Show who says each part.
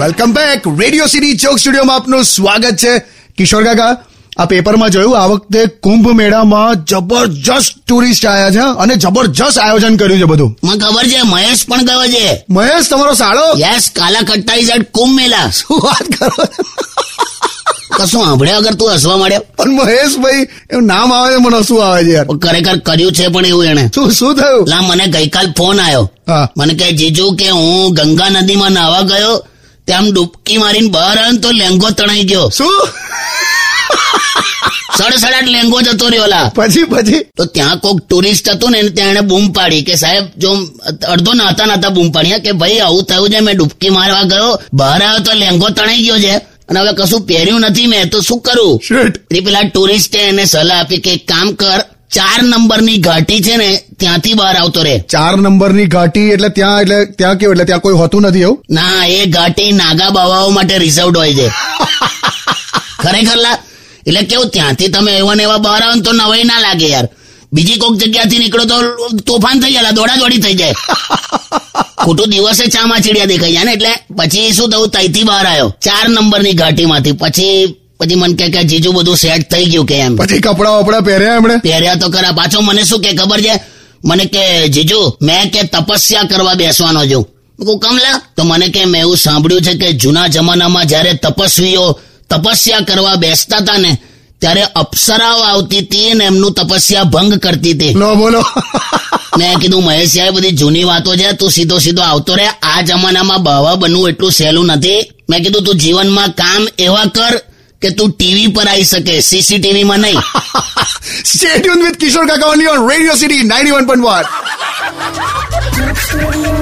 Speaker 1: Welcome back radio city ચોક સ્ટુડિયોમાં આપનું સ્વાગત છે કિશોર કાકા આ પેપરમાં જોયું આ વખતે કુંભ મેળામાં જબરજસ્ત ટુરિસ્ટ આવ્યા છે અને જબરજસ્ત આયોજન કર્યું છે બધું
Speaker 2: મને ખબર છે મહેશ પણ ગયો છે
Speaker 1: મહેશ તમારો સાળો
Speaker 2: yes Kala Katta is at Kumbh Mela
Speaker 1: શું વાત કરો છો?
Speaker 2: કશું સાંભળ્યા વગર તું હસવા માંડ્યો
Speaker 1: પણ મહેશભાઈ એનું નામ આવે છે મને શું આવે છે યાર
Speaker 2: પણ ખરેખર કર્યું છે પણ એવું એણે
Speaker 1: શું શું થયું
Speaker 2: લા મને ગઈકાલ ફોન આવ્યો
Speaker 1: હા
Speaker 2: મને કહે જીજુ કે હું ગંગા નદીમાં નાહવા ગયો ત્યાં આમ ડૂબકી મારીને બહાર આવ્યો ને તો લેંગો તણાઈ ગયો
Speaker 1: શું
Speaker 2: સડસડાટ લેંગો જતો રહ્યો લા
Speaker 1: પછી પછી
Speaker 2: તો ત્યાં કોઈક ટુરિસ્ટ હતું ને એને ત્યાં એણે બૂમ પાડી કે સાહેબ જો અડધો નાતા નાતા બૂમ પાડી કે ભાઈ આવું થયું છે મેં ડૂબકી મારવા ગયો બહાર આવ્યો તો લેંગો તણાઈ ગયો છે અને હવે કશું પહેર્યું નથી મેં તો શું કરું
Speaker 1: શેટ
Speaker 2: તે પેલા ટુરિસ્ટે એને સલાહ આપી કે એક કામ કર ચાર નંબરની ઘાટી છે ને ત્યાંથી બહાર આવતો રે
Speaker 1: ચાર નંબરની ઘાટી એટલે ત્યાં એટલે ત્યાં કેવું એટલે ત્યાં કોઈ હોતું નથી એવું
Speaker 2: ના એ ઘાટી નાગા બાવાઓ માટે રિઝર્વડ હોય છે ખરેખર લા એટલે કેવું ત્યાંથી તમે એવા ને એવા બહાર આવો ને તો નવાઈ ના લાગે યાર બીજી કોઈક જગ્યાથી નીકળો તો તોફાન થઈ જાય દોડા દોડી થઈ જાય ખોટું દિવસે ચામા ચીડિયા દેખાઈ જાય ને એટલે પછી શું થયું તઈથી બહાર આવ્યો ચાર નંબરની ઘાટીમાંથી પછી પછી મને કહે કે જીજુ બધું સેટ થઈ ગયું કે એમ
Speaker 1: પછી કપડાં વપડા પહેર્યા એમણે
Speaker 2: પહેર્યા તો ખરા પાછો મને શું કે ખબર છે મને કે જીજુ મેં કે તપસ્યા કરવા બેસવાનો છું મેં કહું, "કેમ લા?" તો મને કે મેં એવું સાંભળ્યું છે કે જૂના જમાનામાં જ્યારે તપસ્વીઓ તપસ્યા કરવા બેસતા હતા ને ત્યારે અપ્સરાઓ આવતી હતી ને એમનું તપસ્યા ભંગ કરતી હતી
Speaker 1: લો બોલો
Speaker 2: મેં કીધું મહેશ આ બધી જૂની વાતો છે તું સીધો સીધો આવતો રે આ જમાનામાં બાવા બનવું એટલું સહેલું નથી મેં કીધું તું જીવનમાં કામ એવા કર કે તું ટીવી પર આવી શકે સીસીટીવી માં નહીં
Speaker 1: stadium with Kishore Kaka only on radio city ninety one